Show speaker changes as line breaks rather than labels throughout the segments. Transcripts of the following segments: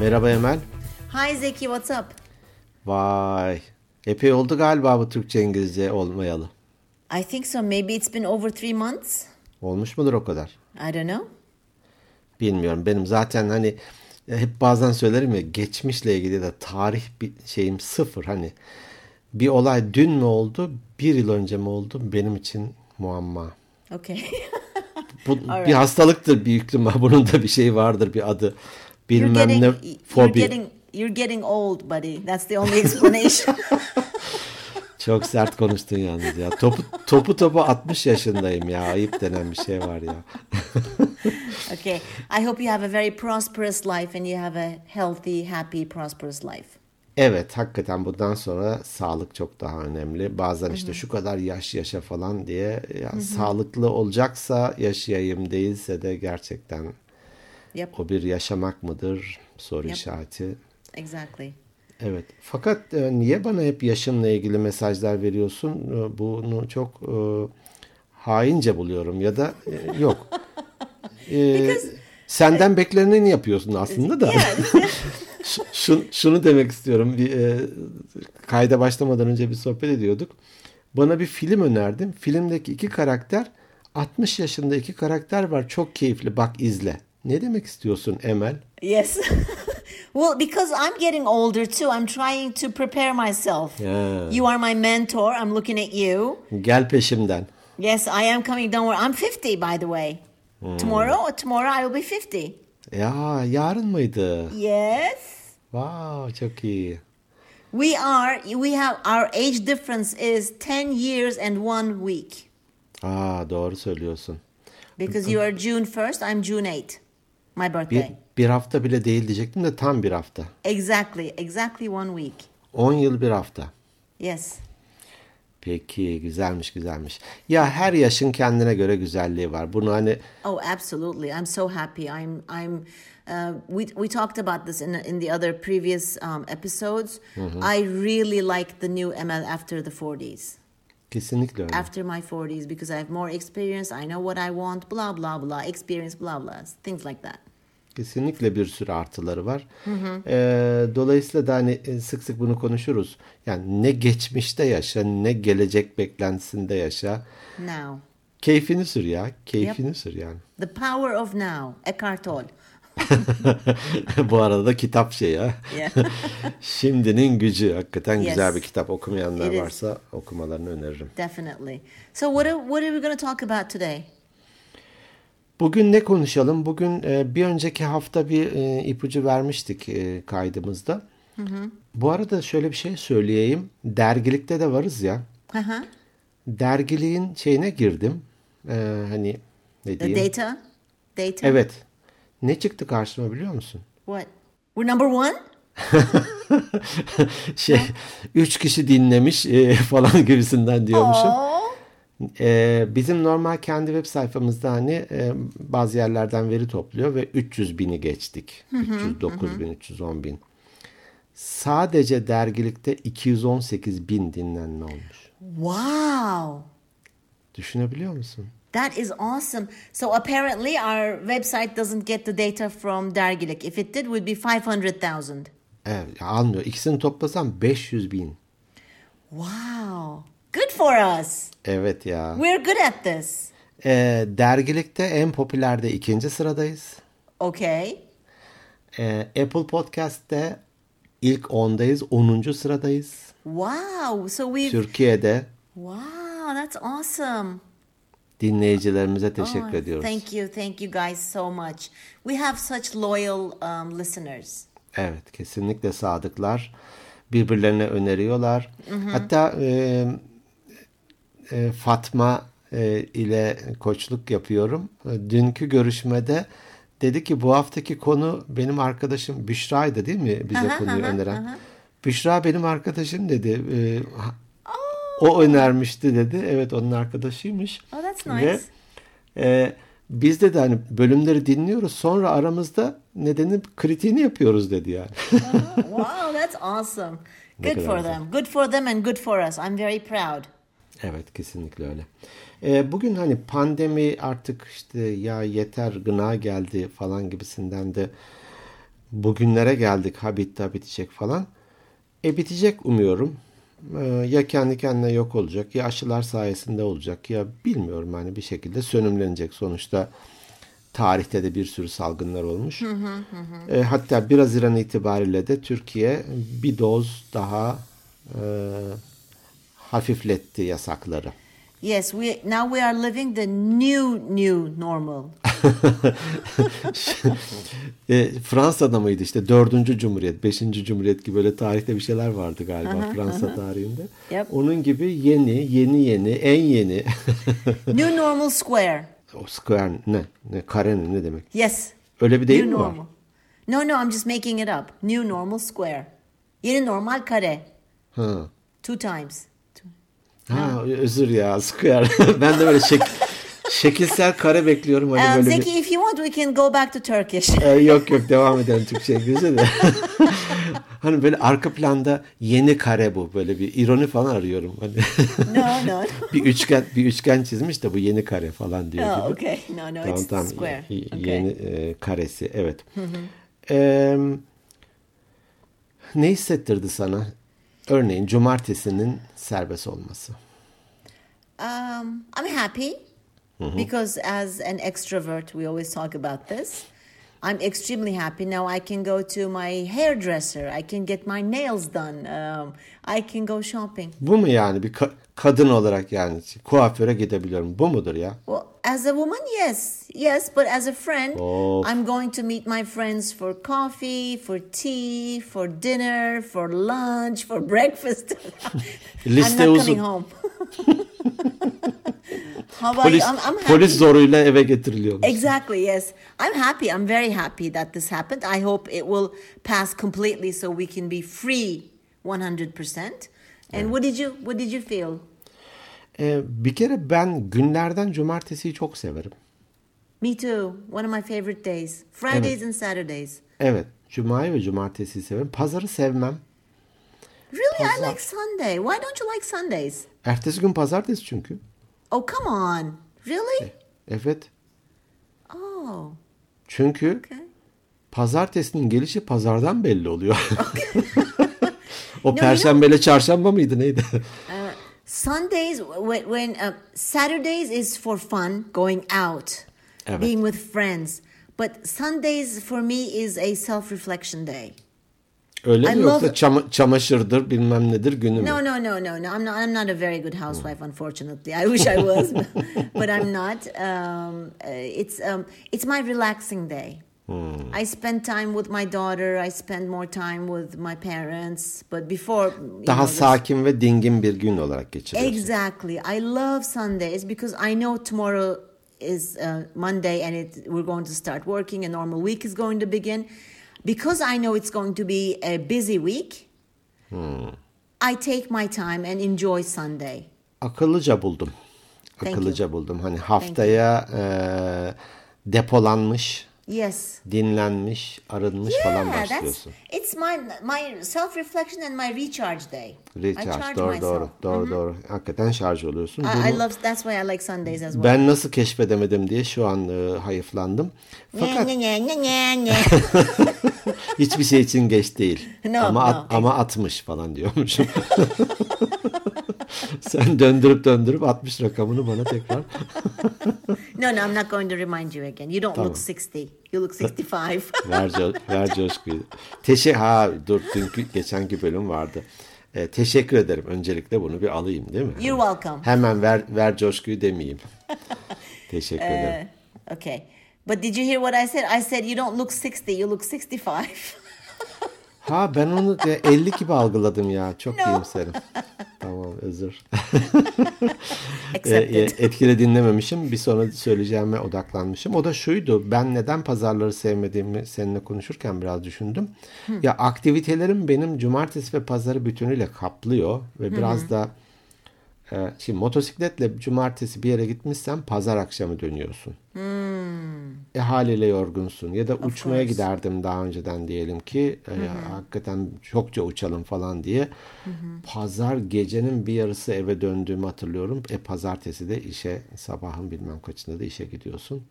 Merhaba Emel.
Hi Zeki, what's up?
Vay. Epey oldu galiba bu Türkçe İngilizce olmayalı.
I think so. Maybe it's been over three months.
Olmuş mudur o kadar?
I don't know.
Bilmiyorum. Benim zaten hani hep bazen söylerim ya geçmişle ilgili de tarih bir şeyim sıfır. Hani bir olay dün mü oldu, bir yıl önce mi oldu benim için muamma.
Okay.
Bu bir hastalıktır büyük ihtimal. Bunun da bir şeyi vardır bir adı.
you're
Bilmem
getting,
ne
you're
fobi.
getting, you're getting old, buddy. That's the only explanation.
Çok sert konuştun yalnız ya. Topu topu topu 60 yaşındayım ya. Ayıp denen bir şey var ya.
okay. I hope you have a very prosperous life and you have a healthy, happy, prosperous life.
Evet hakikaten bundan sonra sağlık çok daha önemli. Bazen işte şu kadar yaş yaşa falan diye ya sağlıklı olacaksa yaşayayım değilse de gerçekten
Yep.
o bir yaşamak mıdır soru
Yap.
işareti.
Exactly.
Evet. Fakat e, niye bana hep yaşımla ilgili mesajlar veriyorsun? E, Bunu çok e, haince buluyorum ya da e, yok. E, senden bekleneni yapıyorsun aslında da. Ş- şun- şunu demek istiyorum. Bir, e, kayda başlamadan önce bir sohbet ediyorduk. Bana bir film önerdin. Filmdeki iki karakter 60 yaşında iki karakter var. Çok keyifli. Bak izle. Ne demek istiyorsun Emel?
Yes. well, because I'm getting older too, I'm trying to prepare myself.
Yeah.
You are my mentor. I'm looking at you.
Gel peşimden.
Yes, I am coming. Don't worry. I'm 50, by the way. Tomorrow, tomorrow I will be 50.
Ya yarın mıydı?
Yes.
Wow, çok iyi.
We are, we have, our age difference is 10 years and one week.
Aa, doğru söylüyorsun.
Because you are June 1st, I'm June 8th. My
Bir,
birthday.
bir hafta bile değil diyecektim de tam bir hafta.
Exactly, exactly one week.
10 yıl bir hafta.
Yes.
Peki güzelmiş güzelmiş. Ya her yaşın kendine göre güzelliği var. Bunu hani
Oh, absolutely. I'm so happy. I'm, I'm, uh, we, we talked about this in, in the other previous um, episodes. I really like the new ML after the 40s.
kesinlikle öyle.
after my 40s because I have more experience, I know what I want, blah blah blah, experience blah blah, things like that.
Kesinlikle bir sürü artıları var. Ee, dolayısıyla da hani e, sık sık bunu konuşuruz. Yani ne geçmişte yaşa ne gelecek beklentisinde yaşa.
Now,
Keyfini sür ya. Keyfini sür yani.
the power of now, Eckhart Tolle.
Bu arada da kitap şey ya.
Yeah.
Şimdinin gücü hakikaten
Yes.
güzel bir kitap. Okumayanlar
It is.
varsa okumalarını öneririm.
Definitely. So what are, what are we going to talk about today?
Bugün ne konuşalım? Bugün e, bir önceki hafta bir e, ipucu vermiştik e, kaydımızda. Bu arada şöyle bir şey söyleyeyim. Dergilikte de varız ya.
Uh-huh.
Dergiliğin şeyine girdim. E, hani ne
The
diyeyim?
data? Data?
Evet. Ne çıktı karşıma biliyor musun?
What? We're number one?
şey üç kişi dinlemiş e, falan gibisinden diyormuşum.
Oh.
Ee, bizim normal kendi web sayfamızda hani e, bazı yerlerden veri topluyor ve 300 bini geçtik. 309 bin, 310 bin. Sadece dergilikte 218 bin dinlenme olmuş.
Wow.
Düşünebiliyor musun?
That is awesome. So apparently our website doesn't get the data from Dergilik. If it did, would be 500,000.
Evet, almıyor. İkisini toplasam 500 bin.
Wow. Good for us.
Evet ya.
We're good at this.
Ee, dergilikte en popülerde ikinci sıradayız.
Okay.
Ee, Apple Podcast'te ilk 10'dayız. 10. sıradayız.
Wow. So we've.
Türkiye'de
Wow, that's awesome.
dinleyicilerimize teşekkür
Oh,
ediyoruz.
Thank you. Thank you guys so much. We have such loyal um, listeners.
Evet, kesinlikle sadıklar. Birbirlerine öneriyorlar.
Mhm.
Hatta e, e, Fatma e, ile koçluk yapıyorum. E, Dünkü görüşmede dedi ki bu haftaki konu benim arkadaşım Büşra'ydı değil mi bize
Aha,
konuyu
aha,
öneren?
aha.
Büşra benim arkadaşım dedi. E, ha- o önermişti dedi. Evet onun arkadaşıymış.
Oh, that's nice.
Ve e, biz dedi hani bölümleri dinliyoruz sonra aramızda nedeni kritiğini yapıyoruz dedi yani.
wow, that's awesome. Good
kadar
for
güzel.
them. Good for them and good for us. I'm very proud.
Evet kesinlikle öyle. E, bugün hani pandemi artık işte ya yeter gına geldi falan gibisinden de bugünlere geldik ha bitti ha bitecek falan. E bitecek umuyorum. E, ya kendi kendine yok olacak ya aşılar sayesinde olacak ya bilmiyorum hani bir şekilde sönümlenecek sonuçta. Tarihte de bir sürü salgınlar olmuş. E, hatta 1 Haziran itibariyle de Türkiye bir doz daha e, hafifletti yasakları.
Yes, we now we are living the new new normal.
E, Fransa'da mıydı işte 4. Cumhuriyet, 5. Cumhuriyet gibi böyle tarihte bir şeyler vardı galiba Fransa tarihinde.
Yep.
Onun gibi yeni, yeni yeni, en yeni
new normal square.
o square ne? Ne kare ne, ne demek?
Yes.
Öyle bir deyim
new
mi var?
normal. No, no, I'm just making it up. New normal square. Yeni normal kare.
Ha.
Two times.
Ha, özür ya square. ben de böyle şek şekilsel kare bekliyorum hani
Um,
böyle bir-
Zeki, if you want, we can go back to Turkish.
Ee, yok yok devam edelim Türkçe İngilizce de. hani böyle arka planda yeni kare bu böyle bir ironi falan arıyorum. Hani
no, no.
bir üçgen bir üçgen çizmiş de bu yeni kare falan diyor
Oh, No,
gibi.
okay. No, no,
Tamam
it's
tamam.
square.
Y-
Okay.
Yeni e, karesi evet. Eee, ne hissettirdi sana? Örneğin cumartesinin serbest olması.
Um, I'm happy because as an extrovert, we always talk about this. I'm extremely happy now. I can go to my hairdresser. I can get my nails done. Um, I can go shopping.
Bu mu yani bir ka- kadın olarak yani kuaföre gidebiliyorum. Bu mudur ya?
Well, as a woman, yes, yes, but as a friend,
Oh.
I'm going to meet my friends for coffee, for tea, for dinner, for lunch, for breakfast. I'm
Liste
not
uzun.
coming home. How about
Polis
you? I'm, I'm happy.
polis zoruyla eve getiriliyormuş.
Exactly, yes. I'm happy. I'm very happy that this happened. I hope it will pass completely so we can be free 100%. And what did you what did you feel?
Ee, bir kere ben günlerden cumartesiyi çok severim.
Me too. One of my favorite days. Fridays and Saturdays.
Evet, cumayı ve cumartesiyi severim. Pazarı sevmem.
Really? I like Sunday. Why don't you like Sundays?
Ertesi gün pazartesi çünkü.
Oh, come on. Really?
Evet.
Oh.
Çünkü
Okay.
pazartesinin gelişi pazardan belli oluyor. o
No,
perşembeyle çarşamba mıydı neydi?
Sundays when, when uh, Saturdays is for fun, going out,
Evet.
being with friends. But Sundays for me is a self-reflection day.
Öyle
I
mi
love-
yoksa çama- çamaşırdır bilmem nedir günü mü?
No, no, no, no, no. I'm not. I'm not a very good housewife, unfortunately. I wish I was, but I'm not. Um, uh, it's um, it's my relaxing day. I spend time with my daughter. I spend more time with my parents. But before, you
Daha
know, this-
sakin ve dingin bir gün olarak geçiriyorsun.
Exactly. I love Sundays because I know tomorrow is uh, Monday and it, we're going to start working. A normal week is going to begin. Because I know it's going to be a busy week, I take my time and enjoy Sunday.
Akıllıca buldum.
you.
Akıllıca buldum. Hani haftaya eee, depolanmış,
Yes. dinlenmiş,
dinlenmiş, arınmış falan başlıyorsun.
it's my my self reflection and my recharge day. I
Recharge
charge
doğru
myself.
doğru doğru doğru. Hakikaten şarj oluyorsun.
I, I
Bunu
love. That's why I like Sundays as well.
ben nasıl keşfedemedim diye şu an e, hayıflandım. Fakat
Nye, nye, nye, nye, nye.
hiçbir şey için geç değil.
No,
ama
no.
at, ama 60 falan diyormuşum. Sen döndürüp döndürüp 60 rakamını bana tekrar.
no, no, I'm not going to remind you again. You don't look sixty. You look sixty-five.
Ver, co- ver coşkuyu. Teşe ha dur dünkü geçenki bölüm vardı. E, teşekkür ederim. Öncelikle bunu bir alayım değil mi?
You're welcome.
Hemen ver ver coşkuyu demeyeyim. teşekkür
Ee,
ederim.
Okay. But did you hear what I said? I said you don't look 60, you look 65.
Ha ben onu de 50 gibi algıladım ya. Çok
No.
iyimserim. Tamam özür. E,
Accepted.
e, etkili dinlememişim. Bir sonra söyleyeceğime odaklanmışım. O da şuydu. Ben neden pazarları sevmediğimi seninle konuşurken biraz düşündüm. Ya aktivitelerim benim cumartesi ve pazarı bütünüyle kaplıyor ve biraz da e, şimdi motosikletle cumartesi bir yere gitmişsen pazar akşamı dönüyorsun. E haliyle yorgunsun ya da uçmaya giderdim daha önceden diyelim ki e, hakikaten çokça uçalım falan diye. Pazar gecenin bir yarısı eve döndüğümü hatırlıyorum. E pazartesi de işe sabahın bilmem kaçında da işe gidiyorsun.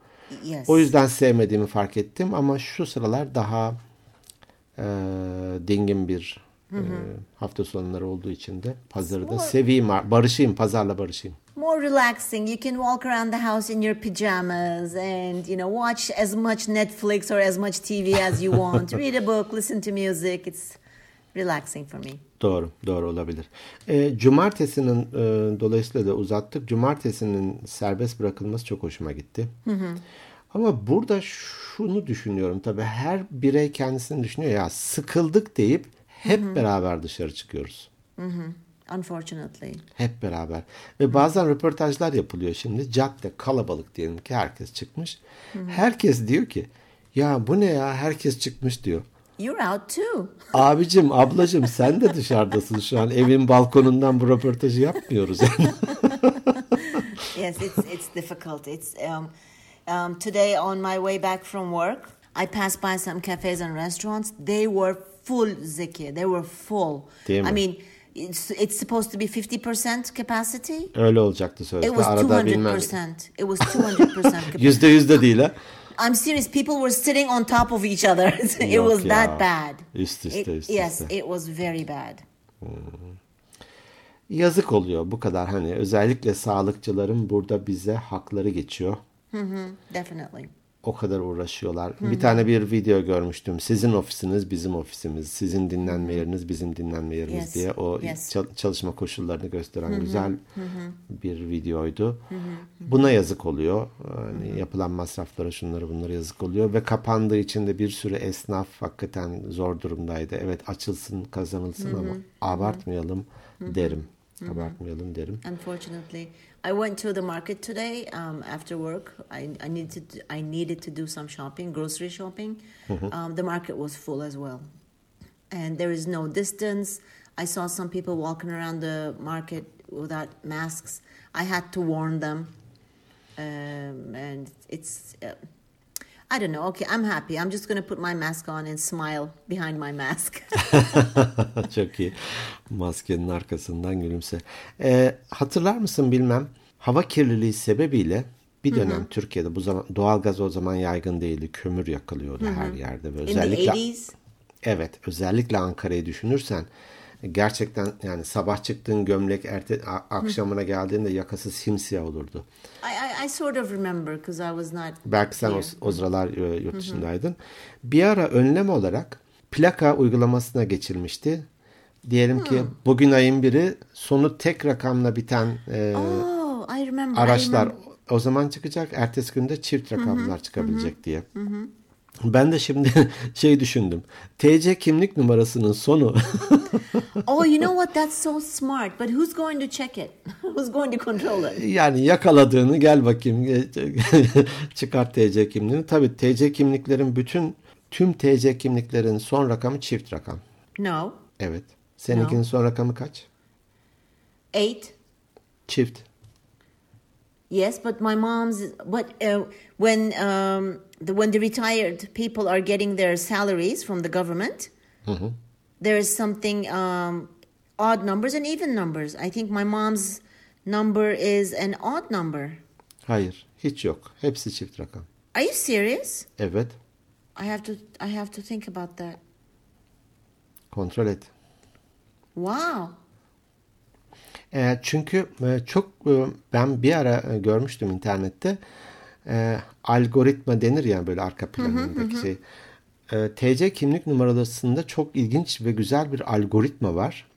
Yes.
O yüzden sevmediğimi fark ettim ama şu sıralar daha e, dingin bir e, hafta sonları olduğu için de pazarı da seveyim, barışayım, pazarla barışayım.
more relaxing. You can walk around the house in your pajamas and you know watch as much Netflix or as much TV as you want. Read a book, listen to music. It's relaxing for me.
Doğru, doğru olabilir. E, cumartesinin e, dolayısıyla da uzattık. Cumartesinin serbest bırakılması çok hoşuma gitti. Ama burada şunu düşünüyorum tabii her birey kendisini düşünüyor ya sıkıldık deyip hep beraber dışarı çıkıyoruz.
Unfortunately,
Hep beraber. Ve bazen röportajlar yapılıyor şimdi. Cadde kalabalık diyelim ki herkes çıkmış. Herkes diyor ki ya bu ne ya herkes çıkmış diyor.
you're out too.
Abicim, ablacım sen de dışarıdasın şu an. Evin balkonundan bu röportajı yapmıyoruz.
yes, it's it's difficult. It's um, um, today on my way back from work, I passed by some cafes and restaurants. They were full, Zeki. They were full.
Değil
I
mi?
mean, it's it's supposed to be fifty percent capacity.
Öyle olacaktı sözde.
It was two
Arada
hundred
bilmem.
percent. It was two hundred percent.
Yüzde yüz de değil ha.
I'm serious. People were sitting on top of each other. it
Yok
was
ya.
that bad.
Üst üste,
It-
üst
Yes,
üste.
it was very bad.
Yazık oluyor bu kadar hani. Özellikle sağlıkçıların burada bize hakları geçiyor.
Definitely.
O kadar uğraşıyorlar. Bir tane bir video görmüştüm. Sizin ofisiniz bizim ofisimiz. Sizin dinlenme yeriniz bizim dinlenme yerimiz
Yes,
diye. O
yes.
çal- çalışma koşullarını gösteren güzel bir videoydu. Buna yazık oluyor. Yani yapılan masraflara şunlara bunlara yazık oluyor. Ve kapandığı için de bir sürü esnaf hakikaten zor durumdaydı. Evet açılsın kazanılsın ama abartmayalım derim. Abartmayalım derim.
Unfortunately, I went to the market today um, after work. I, I needed to, I needed to do some shopping, grocery shopping. Um, the market was full as well, and there is no distance. I saw some people walking around the market without masks. I had to warn them, um, and it's. Uh, I don't know. Okay, I'm happy. I'm just gonna put my mask on and smile behind my mask.
Çok iyi. Maskenin arkasından gülümse. Ee, hatırlar mısın bilmem. Hava kirliliği sebebiyle bir dönem Türkiye'de bu zaman doğalgaz o zaman yaygın değildi. Kömür yakılıyordu her yerde ve
In the
özellikle
80s,
evet özellikle Ankara'yı düşünürsen gerçekten yani sabah çıktığın gömlek erte a- akşamına geldiğinde yakası simsiyah olurdu.
I, I, I sort of remember because I was not.
Belki sen o,
here.
o sıralar e, yurt dışındaydın. Bir ara önlem olarak plaka uygulamasına geçilmişti. Diyelim ki bugün ayın biri sonu tek rakamla biten e,
Oh, I remember. I
araçlar
remember.
o zaman çıkacak. Ertesi günde çift rakamlar çıkabilecek diye. Ben de şimdi şey düşündüm. TC kimlik numarasının sonu
Oh, you know what? That's so smart. But who's going to check it? who's going to control it?
yani yakaladığını gel bakayım e, çıkar TC kimliğini. Tabii TC kimliklerin bütün tüm TC kimliklerin son rakamı çift rakam.
No.
Evet. Seninkinin
No.
son rakamı kaç?
Eight.
Çift.
Yes, but my mom's. But uh, when um, the when the retired people are getting their salaries from the government, there is something um, odd numbers and even numbers. I think my mom's number is an odd number.
Hayır. Hiç yok. Hepsi çift rakam.
Are you serious?
Evet.
I have to. I have to think about that.
Kontrol et.
Wow.
E, çünkü e, çok e, ben bir ara e, görmüştüm internette E, algoritma denir ya böyle arka planındaki şey. E, TC kimlik numarasında çok ilginç ve güzel bir algoritma var.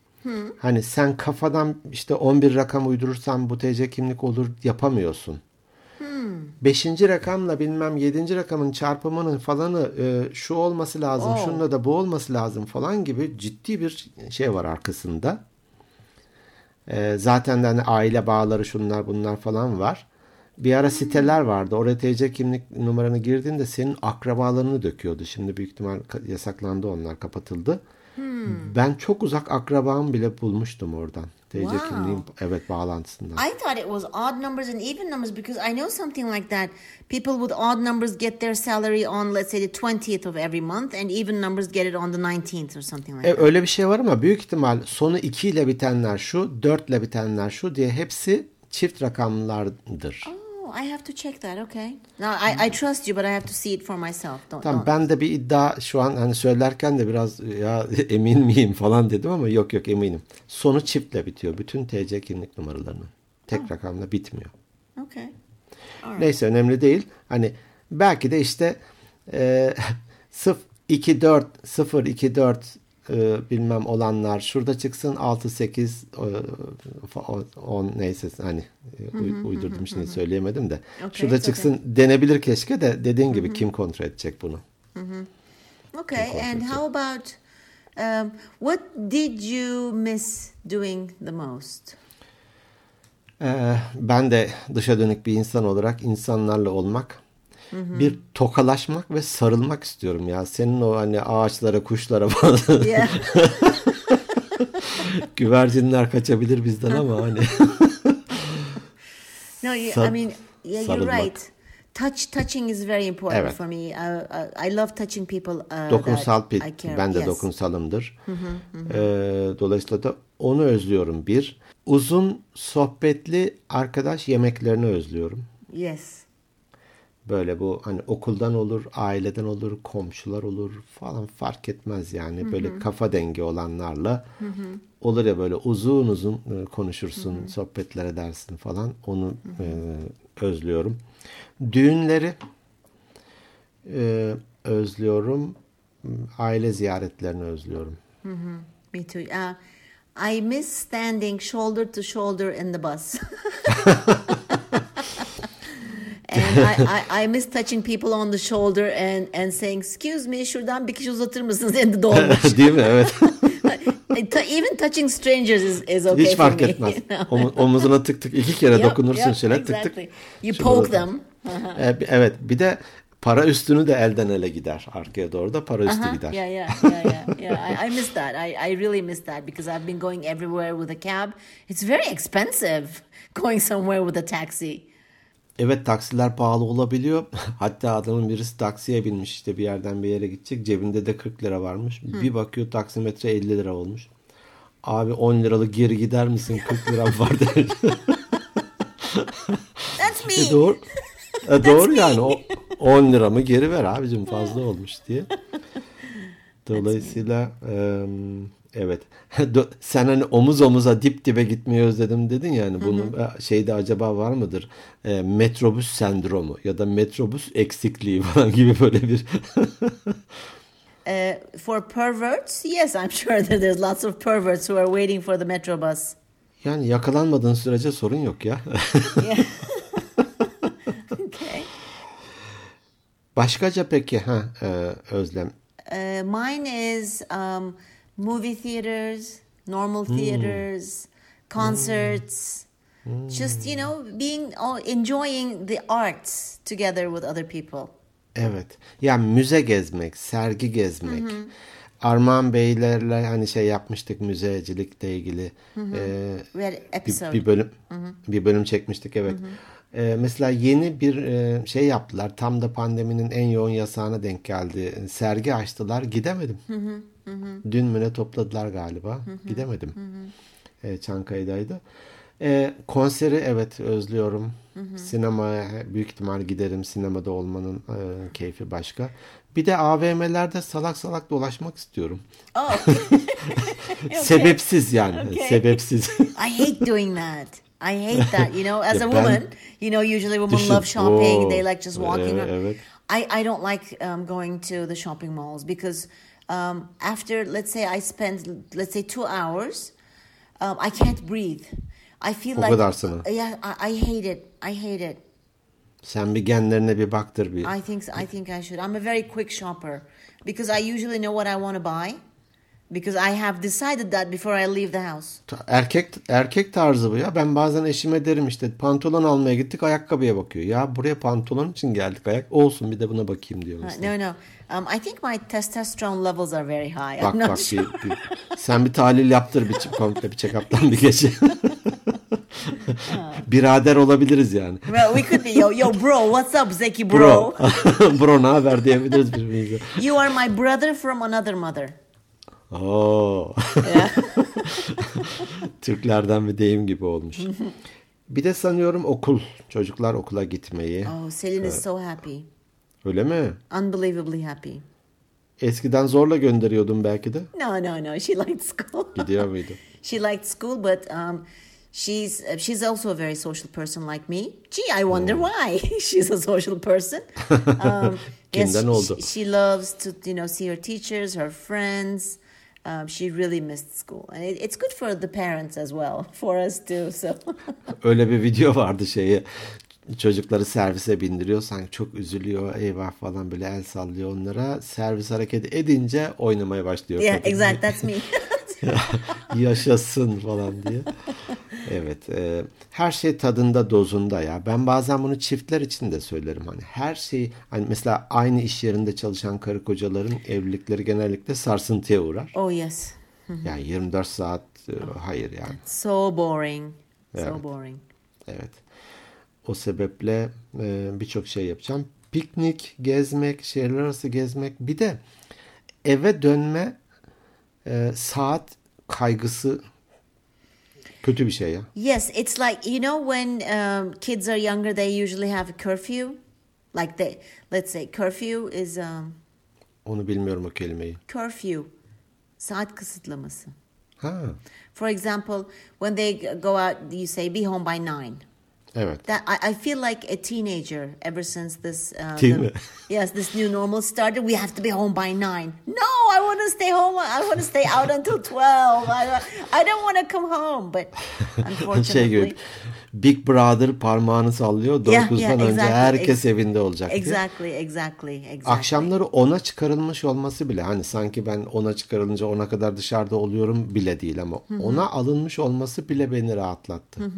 Hani sen kafadan işte 11 rakam uydurursan bu TC kimlik olur yapamıyorsun. Beşinci rakamla bilmem yedinci rakamın çarpımının falanı e, şu olması lazım,
Oo.
şununla da bu olması lazım falan gibi ciddi bir şey var arkasında. Ee, zaten de hani aile bağları şunlar bunlar falan var. Bir ara siteler vardı. Oraya TC kimlik numaranı girdiğinde senin akrabalarını döküyordu. Şimdi büyük ihtimal ka- yasaklandı onlar kapatıldı. Ben çok uzak akrabamı bile bulmuştum oradan. TC
Wow.
kimliğin evet bağlantısından.
I thought it was odd numbers and even numbers because I know something like that. People with odd numbers get their salary on, let's say, the 20th of every month, and even numbers get it on the 19th or something like
E,
that.
öyle bir şey var ama büyük ihtimal sonu 2 ile bitenler şu, 4 ile bitenler şu diye hepsi çift rakamlardır.
Oh, I have to check that. Okay. No, I, I trust you, but I have to see it for myself. Don't.
Tamam
don't.
ben de bir iddia şu an hani söylerken de biraz ya emin miyim falan dedim ama yok yok eminim. Sonu çiftle bitiyor. Bütün TC kimlik numaralarının. Tek rakamla bitmiyor.
Okay. All right.
Neyse önemli değil. Hani belki de işte e, 024 024 e, bilmem olanlar şurada çıksın 68 e, 10 neyse hani e, uy- uydurdum şimdi söyleyemedim de. şurada
it's okay.
çıksın denebilir keşke de dediğin gibi kim kontrol edecek bunu?
Okay. And how about um, what did you miss doing the most?
Ee, ben de dışa dönük bir insan olarak insanlarla olmak, bir tokalaşmak ve sarılmak istiyorum ya. Senin o hani ağaçlara, kuşlara falan
Yeah.
güvercinler kaçabilir bizden ama hani
No, you, I
Sar-
mean, yeah, you're
sarılmak.
right. Touch touching is very important
Evet.
for me. I, I, I love touching people. Uh,
dokunsal
that
bir,
I care.
ben de
yes.
dokunsalımdır. Ee, dolayısıyla da onu özlüyorum bir. Uzun sohbetli arkadaş yemeklerini özlüyorum.
Yes.
Böyle bu hani okuldan olur, aileden olur, komşular olur falan fark etmez yani. Böyle kafa dengi olanlarla olur ya böyle uzun uzun e, konuşursun, sohbetler edersin falan. Onu e, özlüyorum. Düğünleri e, özlüyorum. Aile ziyaretlerini özlüyorum.
Me too. Uh, I miss standing shoulder to shoulder in the bus. and I, I, I miss touching people on the shoulder and, and saying, excuse me, şuradan bir kişi uzatır mısınız? And the dolmuş.
Değil mi? Evet.
Even touching strangers is, is okay
Hiç
for
fark
me.
etmez. Omu- omuzuna tık tık iki kere
Yep,
dokunursun
yep,
şöyle tık
exactly.
tık.
You
Şurada
poke
da-
them.
E, bi- Evet bir de para üstünü de elden ele gider. Arkaya doğru da para üstü
Huh?
gider.
Yeah, yeah, yeah, yeah. yeah. I, I miss that. I, I really miss that because I've been going everywhere with a cab. It's very expensive going somewhere with a taxi.
Evet taksiler pahalı olabiliyor. Hatta adamın birisi taksiye binmiş işte bir yerden bir yere gidecek. Cebinde de 40 lira varmış. Bir bakıyor taksimetre 50 lira olmuş. Abi 10 liralık geri gider misin? 40 liram var der.
That's me.
E doğru. E doğru yani o 10 liramı geri ver abicim fazla olmuş diye. Dolayısıyla em, evet. Do- Sen hani omuz omuza dip dibe gitmeyi özledim dedin yani bunun e, şeyde acaba var mıdır? E, metrobüs sendromu ya da metrobüs eksikliği falan gibi böyle bir
Uh, for perverts, yes, I'm sure that there's lots of perverts who are waiting for the metro bus.
yani yakalanmadığın sürece sorun yok ya.
Yeah. okay.
Başkaca peki ha e, Özlem
Uh, mine is um, movie theaters, normal theaters, concerts. Just you know, being all, enjoying the arts together with other people.
Evet. Ya müze gezmek, sergi gezmek. Armağan Beylerle hani şey yapmıştık müzecilikle ilgili. Ee,
Well, episode.
bir, bir bölüm bir bölüm çekmiştik evet. Ee, mesela yeni bir e, şey yaptılar. Tam da pandeminin en yoğun yasağına denk geldi. Sergi açtılar. Gidemedim. Dün mü ne topladılar galiba. Gidemedim. Ee, Çankaya'daydı. Ee, konseri evet özlüyorum. Sinemaya büyük ihtimal giderim. Sinemada olmanın e, keyfi başka. Bir de AVM'lerde salak salak dolaşmak istiyorum.
Oh,
Sebepsiz yani.
Okay.
Sebepsiz.
I hate doing that. I hate that. You know, as
Yeah, ben-
a woman, you know, usually women
Düşün.
love shopping. They
Oo,
like just walking.
evet,
around.
evet.
I, I don't like um, going to the shopping malls because um, after, let's say, I spend, let's say, two hours, um, I can't breathe. I feel like.
kadar sana.
Yeah, I, I hate it. I hate it.
Sen bir genlerine bir baktır bir.
I think I think I should. I'm a very quick shopper because I usually know what I want to buy because I have decided that before I leave the house.
Ta- Erkek erkek tarzı bu ya. Ben bazen eşime derim işte pantolon almaya gittik ayakkabıya bakıyor. Ya buraya pantolon için geldik ayak. Olsun bir de buna bakayım diyor.
Uh,
mesela.
No, no. Um, I think my testosterone levels are very high.
Bak
I'm not
bak bir,
sure.
bir- sen bir tahlil yaptır bir ç- komple bir check-up'tan bir geç. Birader olabiliriz yani.
Well, we could be yo, yo, bro. What's up, Zeki, bro?
Bro. Bro ne haber diyebiliriz birbirimize.
You are my brother from another mother.
Oo. Türklerden bir deyim gibi olmuş. Bir de sanıyorum okul. Çocuklar okula gitmeyi.
Oh, Selin is so happy.
Öyle mi?
Unbelievably happy.
Eskiden zorla gönderiyordum belki de.
No, no, no. She liked school.
Gidiyor muydu?
she liked school, but um, she's uh, she's also a very social person like me. Gee, I wonder why she's a social person. Um, yes,
Kimden
she-
oldu?
She, loves to you know see her teachers, her friends. Um, she really missed school, and it, it's good for the parents as well, for us too. So
Öyle bir video vardı şeye. Çocukları servise bindiriyor sanki çok üzülüyor eyvah falan böyle el sallıyor onlara. Servis hareket edince oynamaya başlıyor.
yeah,
kadın.
exactly. That's me.
Yaşasın falan diye. Evet. e, her şey tadında dozunda ya. Ben bazen bunu çiftler için de söylerim. Hani her şeyi hani mesela aynı iş yerinde çalışan karı kocaların evlilikleri genellikle sarsıntıya uğrar.
oh yes,
Yani 24 saat e, hayır yani.
so boring, so boring.
Evet. O sebeple e, birçok şey yapacağım. Piknik, gezmek, şehirler arası gezmek. Bir de eve dönme e, saat kaygısı kötü bir şey ya.
Yes, it's like you know when um, kids are younger, they usually have a curfew. Like they, let's say curfew is um,
Onu bilmiyorum o kelimeyi.
curfew, saat kısıtlaması.
Ha.
For example, when they go out, you say be home by nine.
Evet.
That I, I feel like a teenager ever since this. Uh,
Değil mi?
yes, this new normal started. We have to be home by nine. No, I want to stay home. I want to stay out until twelve. I, I don't want to come home. But unfortunately,
Şey gibi. Big Brother parmağını sallıyor. 9'dan
Yeah, yeah,
önce
exactly,
herkes
ex-
evinde olacak diye.
Exactly, exactly, exactly.
Akşamları 10'a çıkarılmış olması bile hani sanki ben 10'a çıkarılınca 10'a kadar dışarıda oluyorum bile değil ama 10'a alınmış olması bile beni rahatlattı.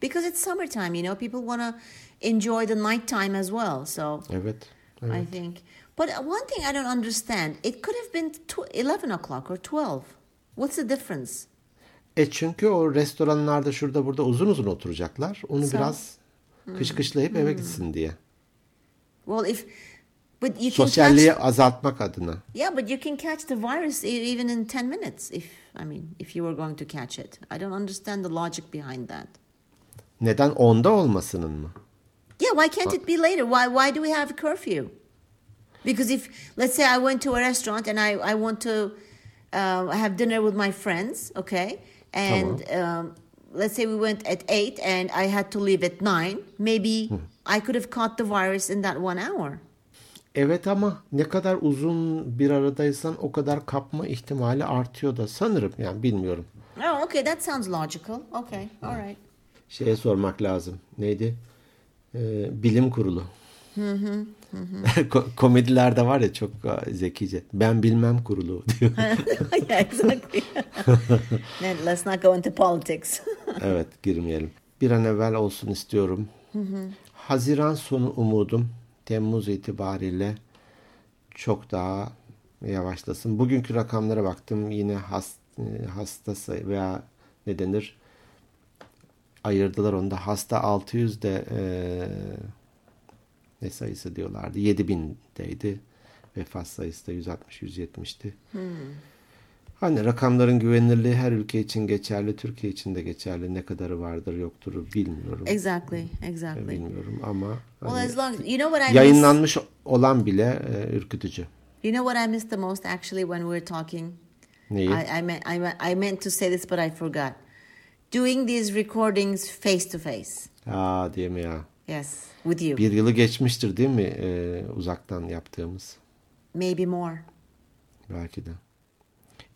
Because it's summertime, you know, people want to enjoy the nighttime as well. So
Evet.
I think. But one thing I don't understand it could have been tw- 11 o'clock or 12. What's the difference?
E çünkü o restoranlarda şurada burada uzun uzun oturacaklar. Onu
Sağ-
biraz kışkışlayıp eve gitsin diye.
Well, if. But you can
Sosyalliği
catch,
azaltmak adına.
yeah, but you can catch the virus e- even in ten minutes. If I mean, if you were going to catch it, I don't understand the logic behind that.
Neden 10'da olmasının mı?
Yeah, why can't it be later? Why why do we have a curfew? Because if let's say I went to a restaurant and I I want to uh, have dinner with my friends, okay, and um, let's say we went at eight and I had to leave at nine, maybe I could have caught the virus in that one hour.
Evet ama ne kadar uzun bir aradaysan o kadar kapma ihtimali artıyor da sanırım yani bilmiyorum.
Oh, okay, that sounds logical. Okay, all right.
Şeye sormak lazım. Neydi? Ee, bilim kurulu. Ko- Komedilerde var ya çok e, zekice. Ben bilmem kurulu diyor.
yeah, exactly. then let's not go into politics.
evet girmeyelim. Bir an evvel olsun istiyorum. Haziran sonu umudum. Temmuz itibariyle çok daha yavaşlasın. Bugünkü rakamlara baktım. Yine has- e, hasta sayı veya ne denir? Ayırdılar onu da. Hasta 600 de e, ne sayısı diyorlardı. 7000'deydi. Vefat sayısı da 160-170'ti. Hani rakamların güvenirliği her ülke için geçerli, Türkiye için de geçerli. Ne kadarı vardır yoktur bilmiyorum. E,
exactly, exactly.
Bilmiyorum ama
Well,
hani
as long you know what I mean.
yayınlanmış olan bile e, ürkütücü.
You know what I missed the most actually when we were talking?
Neyi?
I, I, meant, I, meant, I meant to say this, but I forgot. Doing these recordings face to face.
Aa değil mi ya?
Yes, with you.
Bir yılı geçmiştir değil mi e, uzaktan yaptığımız?
Maybe more.
Belki de.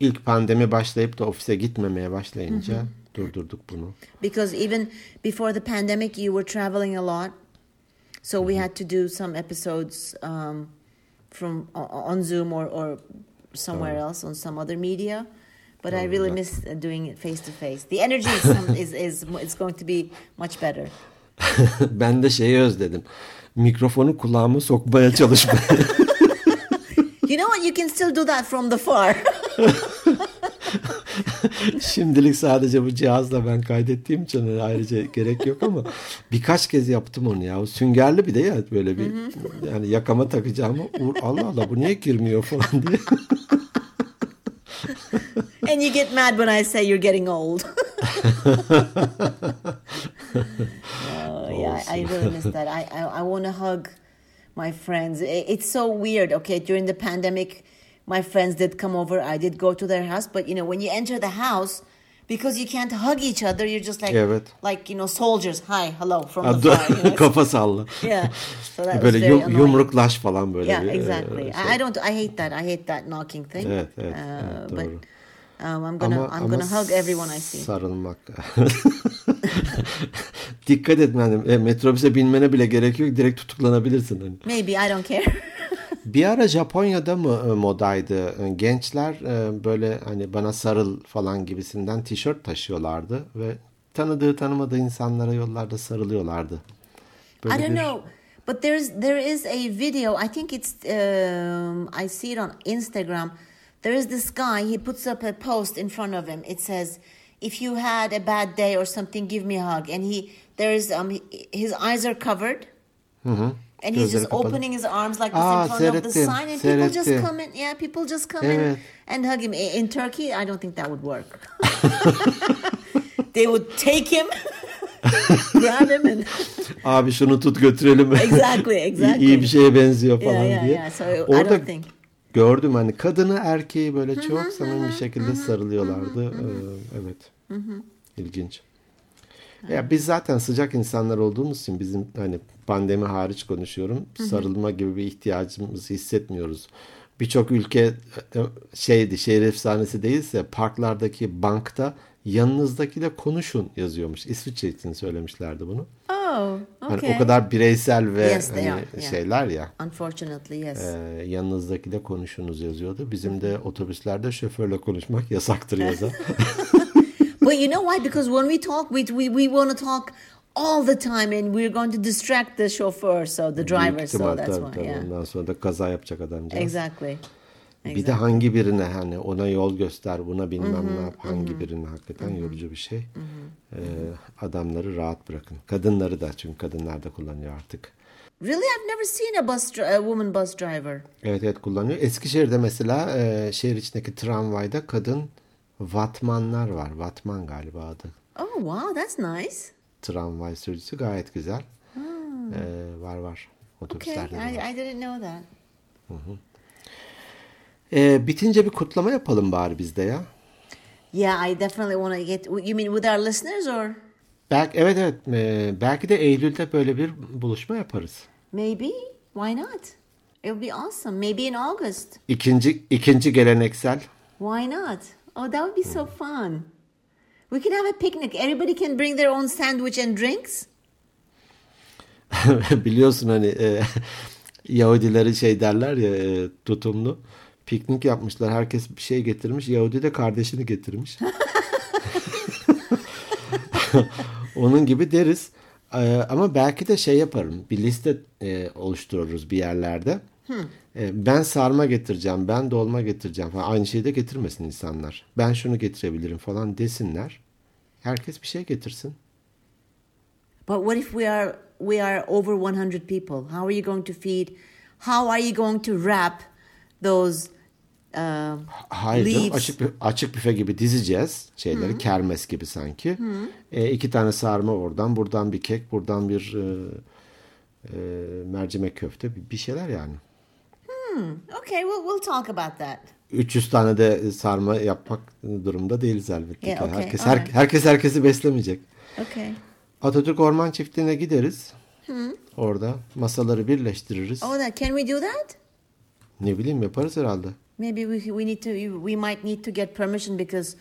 İlk pandemi başlayıp da ofise gitmemeye başlayınca durdurduk bunu.
Because even before the pandemic, you were traveling a lot. So we had to do some episodes um, from o- on Zoom or, or somewhere else on some other media. But I really miss uh, doing it face to face. The energy is, some, is, is, is going to be much better.
ben de şeyi özledim. Mikrofonu kulağıma sokmaya çalışma.
You know what? You can still do that from the far.
Şimdilik sadece bu cihazla ben kaydettiğim için ayrıca gerek yok ama birkaç kez yaptım onu ya. O süngerli bir de ya böyle bir yani yakama takacağımı Uğur, Allah Allah bu niye girmiyor falan diye.
Oh, and you get mad when I say you're getting old. Oh, yeah, I really miss that. I I, I want to hug my friends. I- It's so weird. Okay, during the pandemic, my friends did come over. I did go to their house, but you know when you enter the house, because you can't hug each other, you're just like
Evet.
like you know soldiers. Hi, hello from the far. you know,
Abdü-
it's-
kafa salla.
yeah, so that was
Böyle
very
yum-
annoying.
yumruklaş falan böyle.
Yeah, uh,
bir, e,
exactly. I, I don't. I hate that. I hate that knocking thing.
Evet, evet,
Uh,
evet,
but
doğru.
um, I'm gonna I'm gonna hug everyone I see.
Sarılmak. Dikkat etmen. lazım. E, metrobüse binmene bile gerek yok. Direkt tutuklanabilirsin. Hani.
Maybe I don't care.
Bir ara Japonya'da mı e, modaydı? E, Gençler e, böyle hani bana sarıl falan gibisinden tişört taşıyorlardı ve tanıdığı tanımadığı insanlara yollarda sarılıyorlardı. Böyle
I don't
bir-
know, but there's there is a video. I think it's um, I see it on Instagram. There is this guy. He puts up a post in front of him. It says, "If you had a bad day or something, give me a hug." And he there is um he- his eyes are covered, and he's
Gözleri
just
kapalı.
opening his arms like this
Aa,
in front of
seyrettim,
the sign, and people just
seyrettim.
come in. Yeah, people just come
Evet.
in and hug him. I- In Turkey, I don't think that would work. they would take him, grab him, and.
Abi şunu tut götürelim.
Exactly,
İyi-
exactly.
İyi bir şeye benziyor falan
Yeah, yeah,
diye.
yeah. So I don't
Orada
think-
gördüm hani kadını erkeği böyle çok samimi bir şekilde sarılıyorlardı. Ee, evet. İlginç. Ya biz zaten sıcak insanlar olduğumuz için bizim hani pandemi hariç konuşuyorum. Sarılma gibi bir ihtiyacımızı hissetmiyoruz. Birçok ülke e, şeydi şehir efsanesi değilse parklardaki bankta yanınızdakiyle konuşun yazıyormuş. İsviçre için söylemişlerdi bunu.
Oh,
Hani
okay.
o kadar bireysel ve
Yes, they
hani
are, yeah.
şeyler ya.
Unfortunately, yes.
e, yanınızdakiyle konuşunuz yazıyordu. Bizim de
Mhm.
otobüslerde şoförle konuşmak yasaktır yazan.
but you know why? Because when we talk, we we, we want to talk all the time, and we're going to distract the chauffeur, so the driver,
Büyük
so
ihtimal
that's
tabii,
why.
tabii.
Yeah,
Ondan sonra da kaza yapacak adamcağız.
exactly. Mhm,
Bir de hangi birine hani ona yol göster, buna bilmem ne yap, hangi birine hakikaten yorucu bir şey. E,
mhm.
adamları rahat bırakın. Kadınları da çünkü kadınlar da kullanıyor artık.
Really, I've never seen a bus dri- a woman bus driver.
Evet evet kullanıyor. Eskişehir'de mesela e, şehir içindeki tramvayda kadın vatmanlar var. Vatman galiba adı.
Oh wow, that's nice.
tramvay sürücüsü gayet güzel. Ee, var var.
Okay,
Otobüslerde de var.
I, I didn't know that.
Ee, bitince bir kutlama yapalım bari bizde ya.
Yeah, I definitely want to get. You mean with our listeners, or
Belki evet evet e, belki de Eylül'de böyle bir buluşma yaparız.
maybe why not? It would be awesome. Maybe in August.
İkinci ikinci geleneksel.
Why not? Oh, that would be so fun. We can have a picnic. Everybody can bring their own sandwich and drinks.
Biliyorsun hani e, Yahudileri şey derler ya e, tutumlu. Piknik yapmışlar. Herkes bir şey getirmiş. Yahudi de kardeşini getirmiş. Onun gibi deriz. Ee, ama belki de şey yaparım. Bir liste e, oluştururuz bir yerlerde. E, ben sarma getireceğim, ben dolma getireceğim falan. Aynı şeyi de getirmesin insanlar. Ben şunu getirebilirim falan desinler. Herkes bir şey getirsin.
But what if we are we are over 100 people? How are you going to feed? How are you going to wrap those uh,
Hayır canım,
leaves?
açık bü- açık büfe gibi dizeceğiz şeyleri kermes gibi sanki. E, iki tane sarma oradan, buradan bir kek, buradan bir e, e, mercimek köfte bir- bir şeyler yani.
Okay, we'll we'll talk about that.
300 tane de sarma yapmak durumda değiliz elbette. ki.
Yeah, okay,
herkes her-
alright.
herkes herkesi beslemeyecek.
Okay.
Atatürk Orman Çiftliği'ne gideriz. Orada masaları birleştiririz.
Oh, that can we do that?
Ne bileyim yaparız herhalde.
Maybe we we need to we might need to get permission because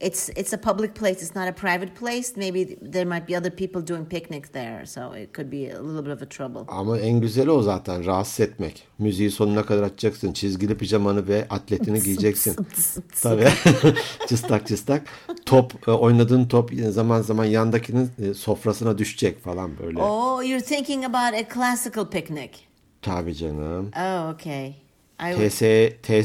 it's it's a public place. It's not a private place. Maybe there might be other people doing picnics there, so it could be a little bit of a trouble.
Ama en güzeli o zaten rahatsız etmek. Müziği sonuna kadar açacaksın. Çizgili pijamanı ve atletini giyeceksin. Tabii. çıstak çıstak. Top e, oynadığın top e, zaman zaman yandakinin e, sofrasına düşecek falan böyle.
Oh, you're thinking about a classical picnic.
Tabii canım.
Oh, okay. I would,
TS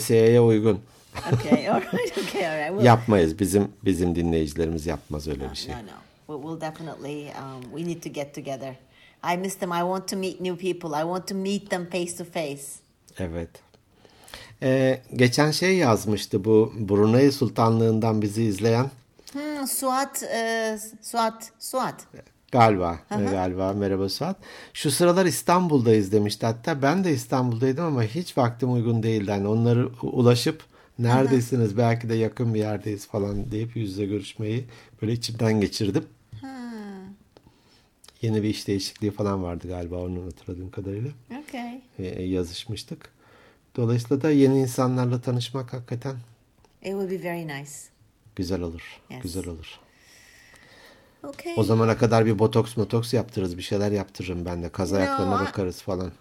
TSE'ye uygun.
okay, all right, okay, all right. We'll,
Yapmayız. Bizim bizim dinleyicilerimiz yapmaz öyle bir şey.
No, no. We'll, we'll definitely. Um, we need to get together. I miss them. I want to meet new people. I want to meet them face to face.
Evet. Ee, geçen şey yazmıştı bu Brunei Sultanlığından bizi izleyen
Hmm, Suat, uh, Suat, Suat.
Galiba, e, galiba. Merhaba Suat. Şu sıralar İstanbul'dayız demişti hatta. Ben de İstanbul'daydım ama hiç vaktim uygun değildi. Yani onları ulaşıp neredesiniz belki de yakın bir yerdeyiz falan deyip yüz yüze görüşmeyi böyle içimden geçirdim. Yeni bir iş değişikliği falan vardı galiba onun hatırladığım kadarıyla.
Okay.
E, yazışmıştık. Dolayısıyla da yeni insanlarla tanışmak hakikaten
It will be very nice.
güzel olur.
Yes.
Güzel olur.
Okay.
O zamana kadar bir botoks motoks yaptırırız. Bir şeyler yaptırırım ben de. Kaz ayaklarına
I-
bakarız falan.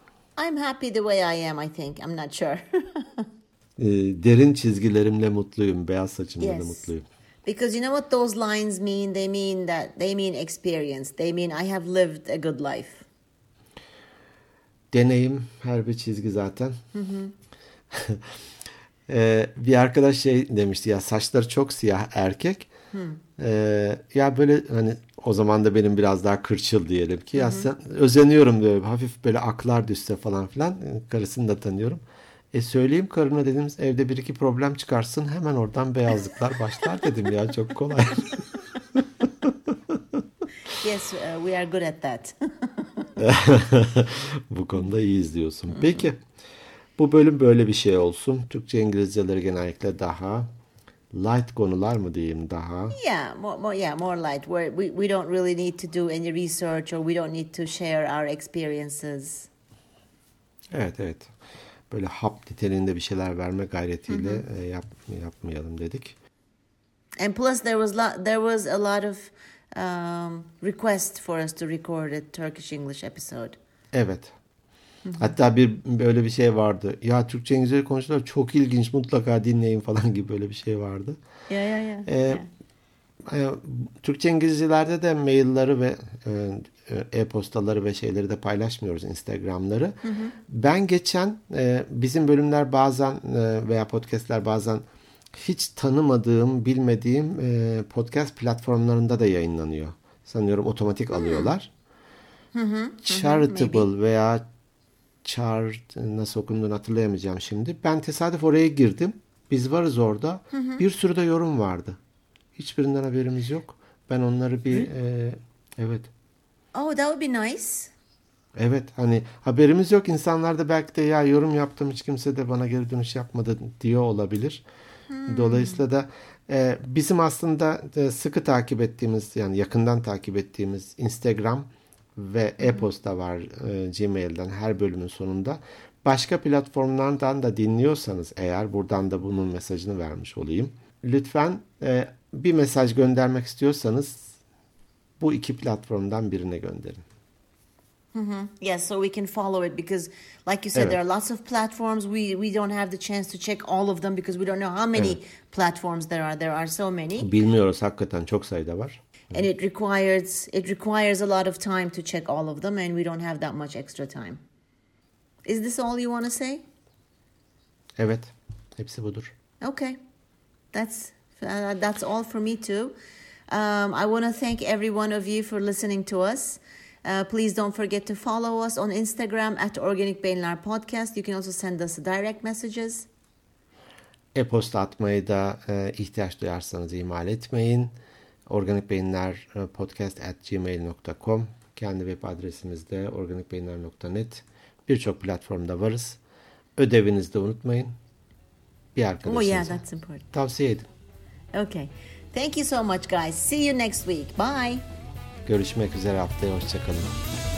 I'm happy the way I am, I think. I'm not sure.
E, derin çizgilerimle mutluyum. Beyaz saçımla da
Yes.
mutluyum.
because you know what those lines mean? They mean that they mean experience. They mean I have lived a good life.
Deneyim her bir çizgi zaten. E, bir arkadaş şey demişti ya saçları çok siyah erkek. E, ya böyle hani o zaman da benim biraz daha kırçıl diyelim ki ya sen- özeniyorum böyle hafif böyle aklar düşse falan filan E, karısını da tanıyorum. E söyleyeyim karına dedim evde bir iki problem çıkarsın hemen oradan beyazlıklar başlar dedim ya çok kolay.
Yes, uh, we are good at that.
bu konuda iyiyiz diyorsun. Peki bu bölüm böyle bir şey olsun. Türkçe İngilizceleri genellikle daha light konular mı diyeyim daha?
yeah, more, more yeah, more light. Where we, we don't really need to do any research or we don't need to share our experiences.
Evet evet. Böyle hap niteliğinde bir şeyler verme gayretiyle e, yap, yapmayalım dedik.
And plus, there was lot, there was a lot of um, requests for us to record a Turkish English episode.
Evet. Hatta bir böyle bir şey vardı. Ya Türkçe İngilizce konuşuyorlar çok ilginç mutlaka dinleyin falan gibi böyle bir şey vardı.
Yeah, yeah, yeah.
E, e, Türkçe İngilizcelerde de mailleri ve e, e, e-postaları ve şeyleri de paylaşmıyoruz Instagram'ları. Ben geçen e, bizim bölümler bazen e, veya podcastler bazen hiç tanımadığım, bilmediğim e, podcast platformlarında da yayınlanıyor. Sanıyorum otomatik alıyorlar. Charitable veya Char e, nasıl okunduğunu hatırlayamayacağım şimdi. Ben tesadüf oraya girdim. Biz varız orada. Bir sürü de yorum vardı. Hiçbirinden haberimiz yok. Ben onları bir e, evet.
Oh, that would be nice.
Evet hani haberimiz yok. İnsanlar da belki de ya yorum yaptım hiç kimse de bana geri dönüş yapmadı diyor olabilir. Dolayısıyla da e, bizim aslında e, sıkı takip ettiğimiz yani yakından takip ettiğimiz Instagram ve e-posta var e, Gmail'den her bölümün sonunda. Başka platformlardan da dinliyorsanız eğer buradan da bunun mesajını vermiş olayım. Lütfen e, bir mesaj göndermek istiyorsanız bu iki platformdan birine gönderin.
Yes, so we can follow it because, like you said,
Evet.
there are lots of platforms. We we don't have the chance to check all of them because we don't know how many platforms there are. There are so
Mm-hmm.
many,
Bilmiyoruz hakikaten çok sayıda var.
and it requires it requires a lot of time to check all of them, and we don't have that much extra time. Is this all you want to say?
Evet. Hepsi budur.
Okay, that's uh, that's all for me too. Um, I want to thank every one of you for listening to us. Uh, please don't forget to follow us on Instagram at Organic Beyinler Podcast. You can also send us direct messages.
E-posta atmayı da e, ihtiyaç duyarsanız ihmal etmeyin. Organik Beyinler e, podcast at gmail.com Kendi web adresimizde organikbeyinler.net Birçok platformda varız. Ödevinizi de unutmayın. Bir
Oh yeah,
arkadaşınıza
that's important.
tavsiye edin.
Okay, thank you so much, guys. See you next week. Bye.
Görüşmek üzere haftaya hoşçakalın.